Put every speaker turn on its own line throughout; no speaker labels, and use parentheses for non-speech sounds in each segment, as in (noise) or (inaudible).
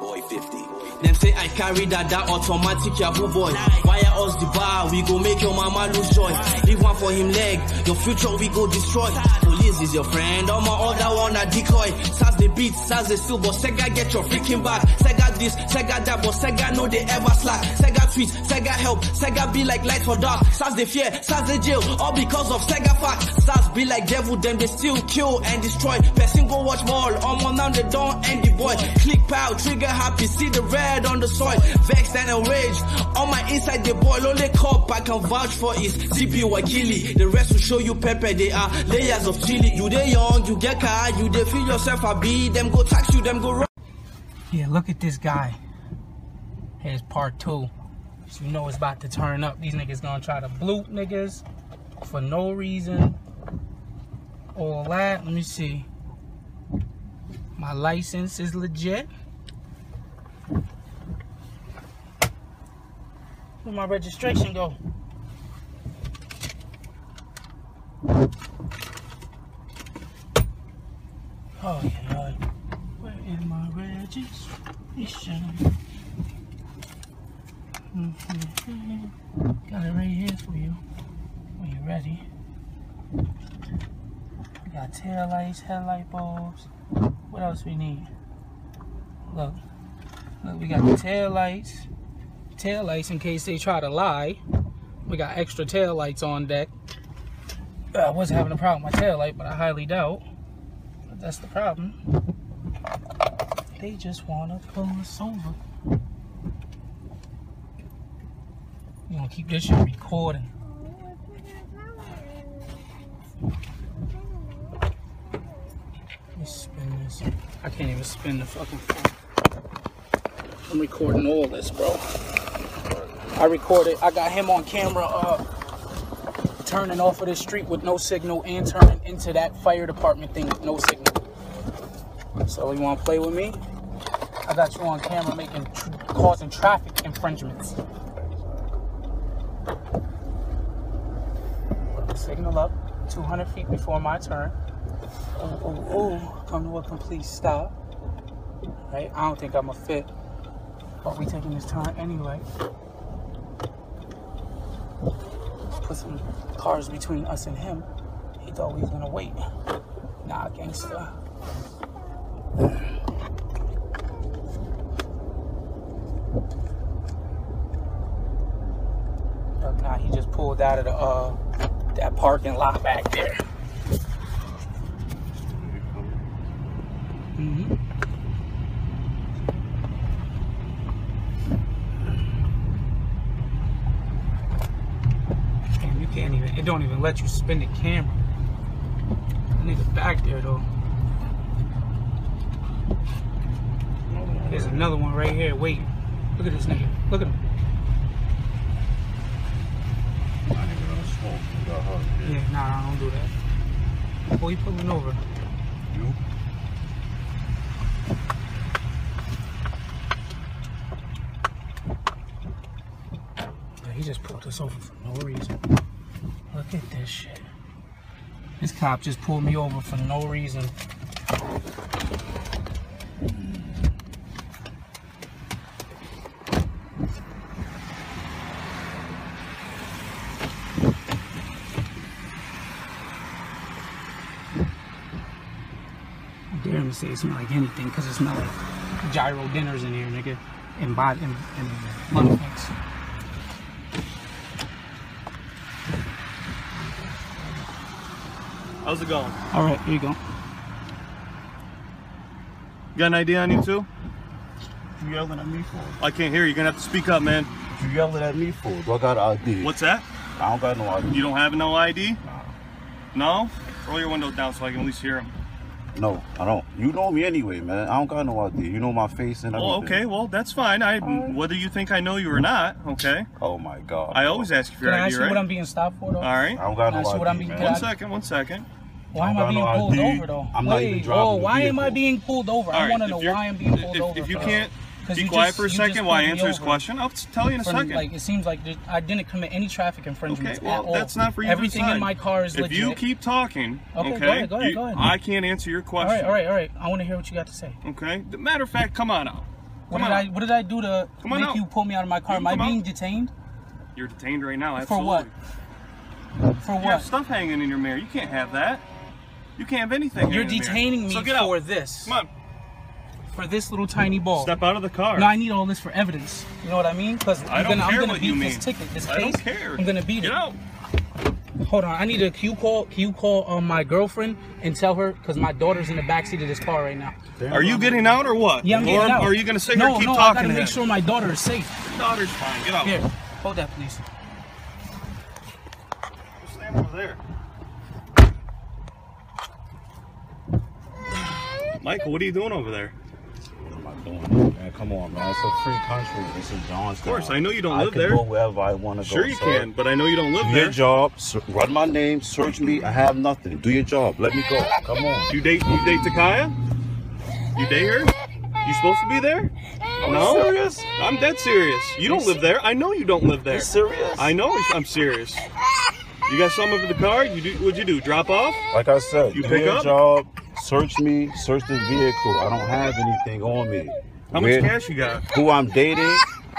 Boy 50.
Them say I carry that that automatic Yahoo boy. Wire us the bar, we go make your mama lose joy. Leave one for him leg, your future we go destroy. Police is your friend, all my other one a decoy. Sas the beat, sas the steal, but Sega get your freaking back. Sega this, Sega that, but Sega know they ever slack. Sega tweet, Sega help, Sega be like light for dark. Sas the fear, sas the jail, all because of Sega fact. Sas be like devil, then they still kill and destroy. Person go watch mall, all my now they don't end the boy. Click pile, trigger happy, see the red on the soil. Vexed and enraged, on my inside the boil. Only cup I can vouch for is CP Wakili. The rest will show you pepper, they are layers of chili. You they young, you get car, you they feel yourself a bee. Them go tax you, them go rob.
Yeah, look at this guy. Here's part two. So you know it's about to turn up. These niggas gonna try to bloop niggas for no reason. All that. Let me see. My license is legit. Where my registration go? Oh yeah. Where is my registration? Mm-hmm. Got it right here for you. When you're ready. We got tail lights, headlight bulbs. What else we need? Look. Look, we got the tail lights. Tail lights in case they try to lie. We got extra tail lights on deck. Uh, I was having a problem with my tail light, but I highly doubt. But that's the problem. They just wanna pull us over. You gonna keep this shit recording. Let me spin this. I can't even spin the fucking phone. I'm recording all this, bro. I recorded. I got him on camera. Uh, turning off of the street with no signal and turning into that fire department thing with no signal. So you want to play with me? I got you on camera making tr- causing traffic infringements. Put the Signal up 200 feet before my turn. Oh, oh, oh, come to a complete stop. Right? I don't think I'm a fit, but we taking this turn anyway. put some cars between us and him. He thought we was gonna wait. Nah, gangster. But nah, he just pulled out of the uh that parking lot back there. hmm Damn, you can't even. It don't even let you spin the camera. Nigga back there though. There's another one right here. Wait, look at this nigga. Look at him.
Not even gonna smoke. You got hurt.
Yeah, nah, nah, don't do that. Boy, you pulling over.
You?
Yeah, he just pulled us over for no reason. Look at this shit. This cop just pulled me over for no reason. I dare him to say it's not like anything because it's not like gyro dinners in here, nigga, and buy and, and motherfuckers.
How's it going?
All right, here you go.
You got an idea on you too?
What you yelling at me for?
I can't hear you. You're gonna have to speak up, man.
What you yelling at me for? Do I got an ID?
What's that?
I don't got no ID.
You don't have no ID? No? Roll your window down so I can at least hear him.
No, I don't. You know me anyway, man. I don't got no ID. You know my face and
Oh,
everything.
okay. Well, that's fine. I whether you think I know you or not, okay.
Oh my God.
I always ask you for
Can
your
I
ID,
ask you
right?
what I'm being stopped for, though?
All right.
I don't got
Nah,
no
so
ID,
what I mean,
man.
can
One
I-
second. One second.
Why am
I
I
don't
being
got no
pulled
ID.
over, though?
I'm not
Wait,
even driving
oh,
the
why am I
vehicle.
being pulled over?
All right.
I want to know
if you're-
why I'm being pulled
if,
over.
If you
for.
can't
'Cause
be
you
quiet
just-
for a
you
second
just
while I
pulled me
answer his
over.
question, I'll t- tell you in a
For-
second.
Like it seems like th- I didn't commit any traffic infringements
Okay, well,
at all.
that's not for you
Everything
to decide.
in my car is
if
legit.
you keep talking,
Okay,
okay,
go ahead, go ahead,
you-
go ahead.
I can't answer your
all
question.
right, all right, all right. I want to hear what you got to say.
Okay. The matter of fact, come on out.
What
Come
did
on.
I What did I do to
Come on
make
out.
you pull me out of my car? Am
You can
I
come
being
out.
detained
You're detained right now.
For
Absolutely.
what? for
You have
what?
stuff hanging in your mirror. You can't have that. You can't have anything.
You're
hanging in the mirror.
detaining me
So get out.
for this,
Come on.
for this little tiny ball.
Step out of the car.
No, I need all this for evidence. You know what I mean? Because
I
I'm
don't
gonna, I'm
care
gonna
what
beat
you
this
mean.
ticket, this case.
I don't care.
I'm gonna beat
Get
it.
out.
Hold on, I need a. Can you call? Can you call um, my girlfriend and tell her? Because my daughter's in the backseat of this car right now.
Are you getting out or what?
Yeah, I'm
or
getting out.
are you gonna sit
no,
here and keep
no, I
talking
gotta
to
make
him?
sure my daughter is safe.
Your daughter's fine. Get out.
Here, hold that, please.
Stand over there. Michael, what are you doing over there?
What am I doing, man? Come on, man. It's a free country. It's a Johnstown. Of
course, I know you don't live
can
there.
go wherever I want to
Sure
go.
you
sir.
can, but I know you don't live
Do
there.
your job. Ser- Run my name. Search me. I have nothing. Do your job. Let me go. Come on.
You date you date Takaya? You date her? You supposed to be there? No?
serious?
I'm dead serious. You don't live there. I know you don't live there.
You serious?
I know I'm serious. You got something up in the car? You do what'd you do? Drop off?
Like I said,
You
do
pick
your
up?
job. Search me. Search the vehicle. I don't have anything on me.
How much
Where-
cash you got?
Who I'm dating?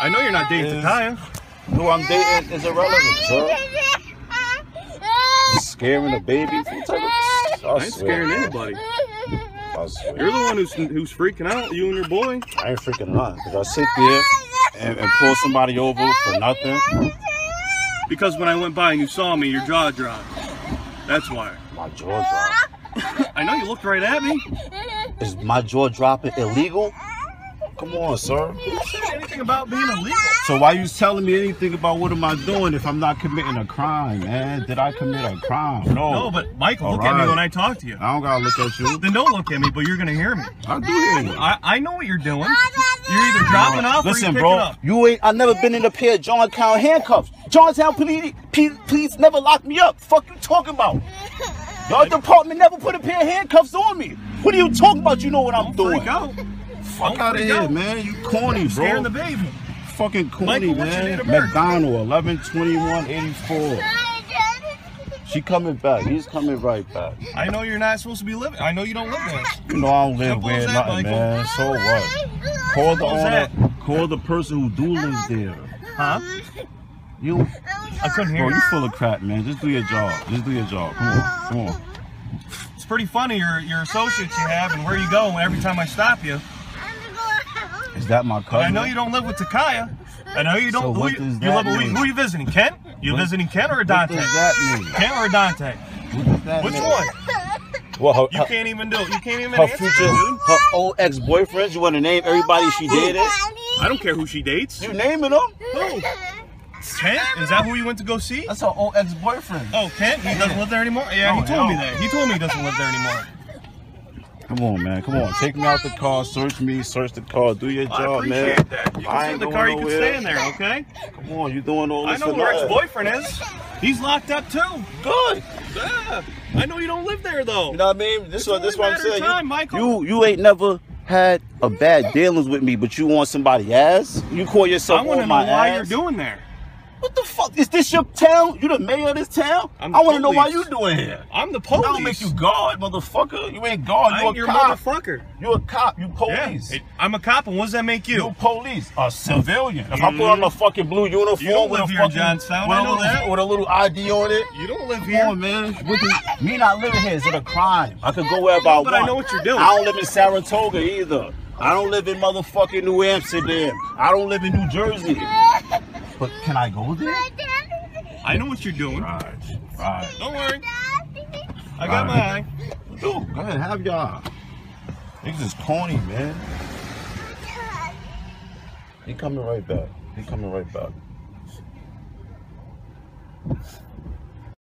I know you're not dating
Is-
Takaya.
Who I'm dating is irrelevant, sir. Scaring a baby. What type of- I,
I ain't scaring anybody.
I swear.
You're the one who's who's freaking out, you and your boy.
I ain't freaking nothing. Cause I sit there and, and pull somebody over for nothing.
Because when I went by and you saw me, your jaw dropped. That's why.
My jaw dropped.
I know you looked right at me.
Is my jaw dropping illegal? Come on, sir.
Anything about being illegal?
So why you telling me anything about what am I doing if I'm not committing a crime, man? Did I commit a crime? No.
No, but Michael,
All
look at me
right.
when I talk to you.
I don't gotta look at you.
Then don't look at me, but you're gonna hear me.
I do hear you.
I, I know what you're doing. You're either dropping off or you're
Listen,
picking
bro,
up.
you ain't. I never been in a pair of John Town handcuffs. Johnstown police, please, please never lock me up. Fuck you talking about?
(laughs)
Your department never put a pair of handcuffs on me. What are you talking about? You know what I'm
Don't
doing?
freak out.
Fuck
Don't
out of
freak
here,
out.
man. You corny, bro.
Scaring the baby.
Fucking corny,
Michael, what's your date
man.
of birth?
McDonald, 11 21 84. She coming back. He's coming right back.
I know you're not supposed to be living. I know you don't live there.
You know I don't live
Simple
where
as
nothing,
that, Michael.
man. So what? Call the
Simple as
owner. Call the person who do live there.
Huh?
You,
I couldn't hear
bro,
you.
you full of crap, man. Just do your job. Just do your job. Come on, come on.
It's pretty funny your your associates you have and where you go every time I stop you.
Is that my cousin?
But I know you don't live with Takaya. I know you
So
don't.
what
who, you- you
does that
live with-
mean?
who you visiting? Kent? You
What-
visiting Kent or
What
Dante?
does that mean?
Kent or Dante?
What does that
Which
mean?
one?
Well, her,
You
her-
can't even do. You can't even
her
answer,
future,
dude.
her old ex-boyfriends. You want to name everybody she dated?
I don't care who she dates.
You naming them?
Who? Kent? Is that who you went to go see?
That's her old ex-boyfriend.
Oh, Kent? He doesn't live there anymore? Yeah, he
No,
told me
no.
that. He told me he doesn't live there anymore.
Come on, man. Come on. Take me out the car. Search me. Search the car. Do your
I
job, man.
appreciate that. You can
I
stay in
ain't
the
going
car, you can
nowhere.
stay in there, okay?
Come on. You doing all
I
this
know
for
where his
nothing.
boyfriend is. He's locked up too. Good. Yeah. I know you don't live there though.
You know what I mean? This
It's
one, this
only a
one I'm
matter of
saying.
time,
you,
Michael.
you, you ain't never had a bad dealings with me, but you want somebody ass? You call yourself
I want to
on
know
my
why
ass?
you're doing there.
What the fuck? Is this your town? You the mayor of this town?
I'm
I want to know why
police.
you doing here.
I'm the
I
police.
don't make you guard, motherfucker. You ain't guard.
I
You
ain't
a
your
cop.
motherfucker.
You a cop. You
Yeah.
police.
Hey, I'm a cop, and what does that make you?
You police, a civilian. If I put on a fucking blue uniform
Mm-hmm. You don't
with a
live here,
fucking
Johnstown.
with
I
a
know
little,
that.
with a little ID on it.
You don't live
Come
here.
on, man. What the- me not living here is it a crime? I could go wherever I want.
But I know what you're doing.
I don't live in Saratoga either. I don't live in motherfucking New Amsterdam. I don't live in New Jersey. But can I go there?
I know what you're doing.
Right, right.
Don't worry. I got my eye.
Dude, go ahead, have y'all. Niggas is corny, man. He coming right back. He coming right back.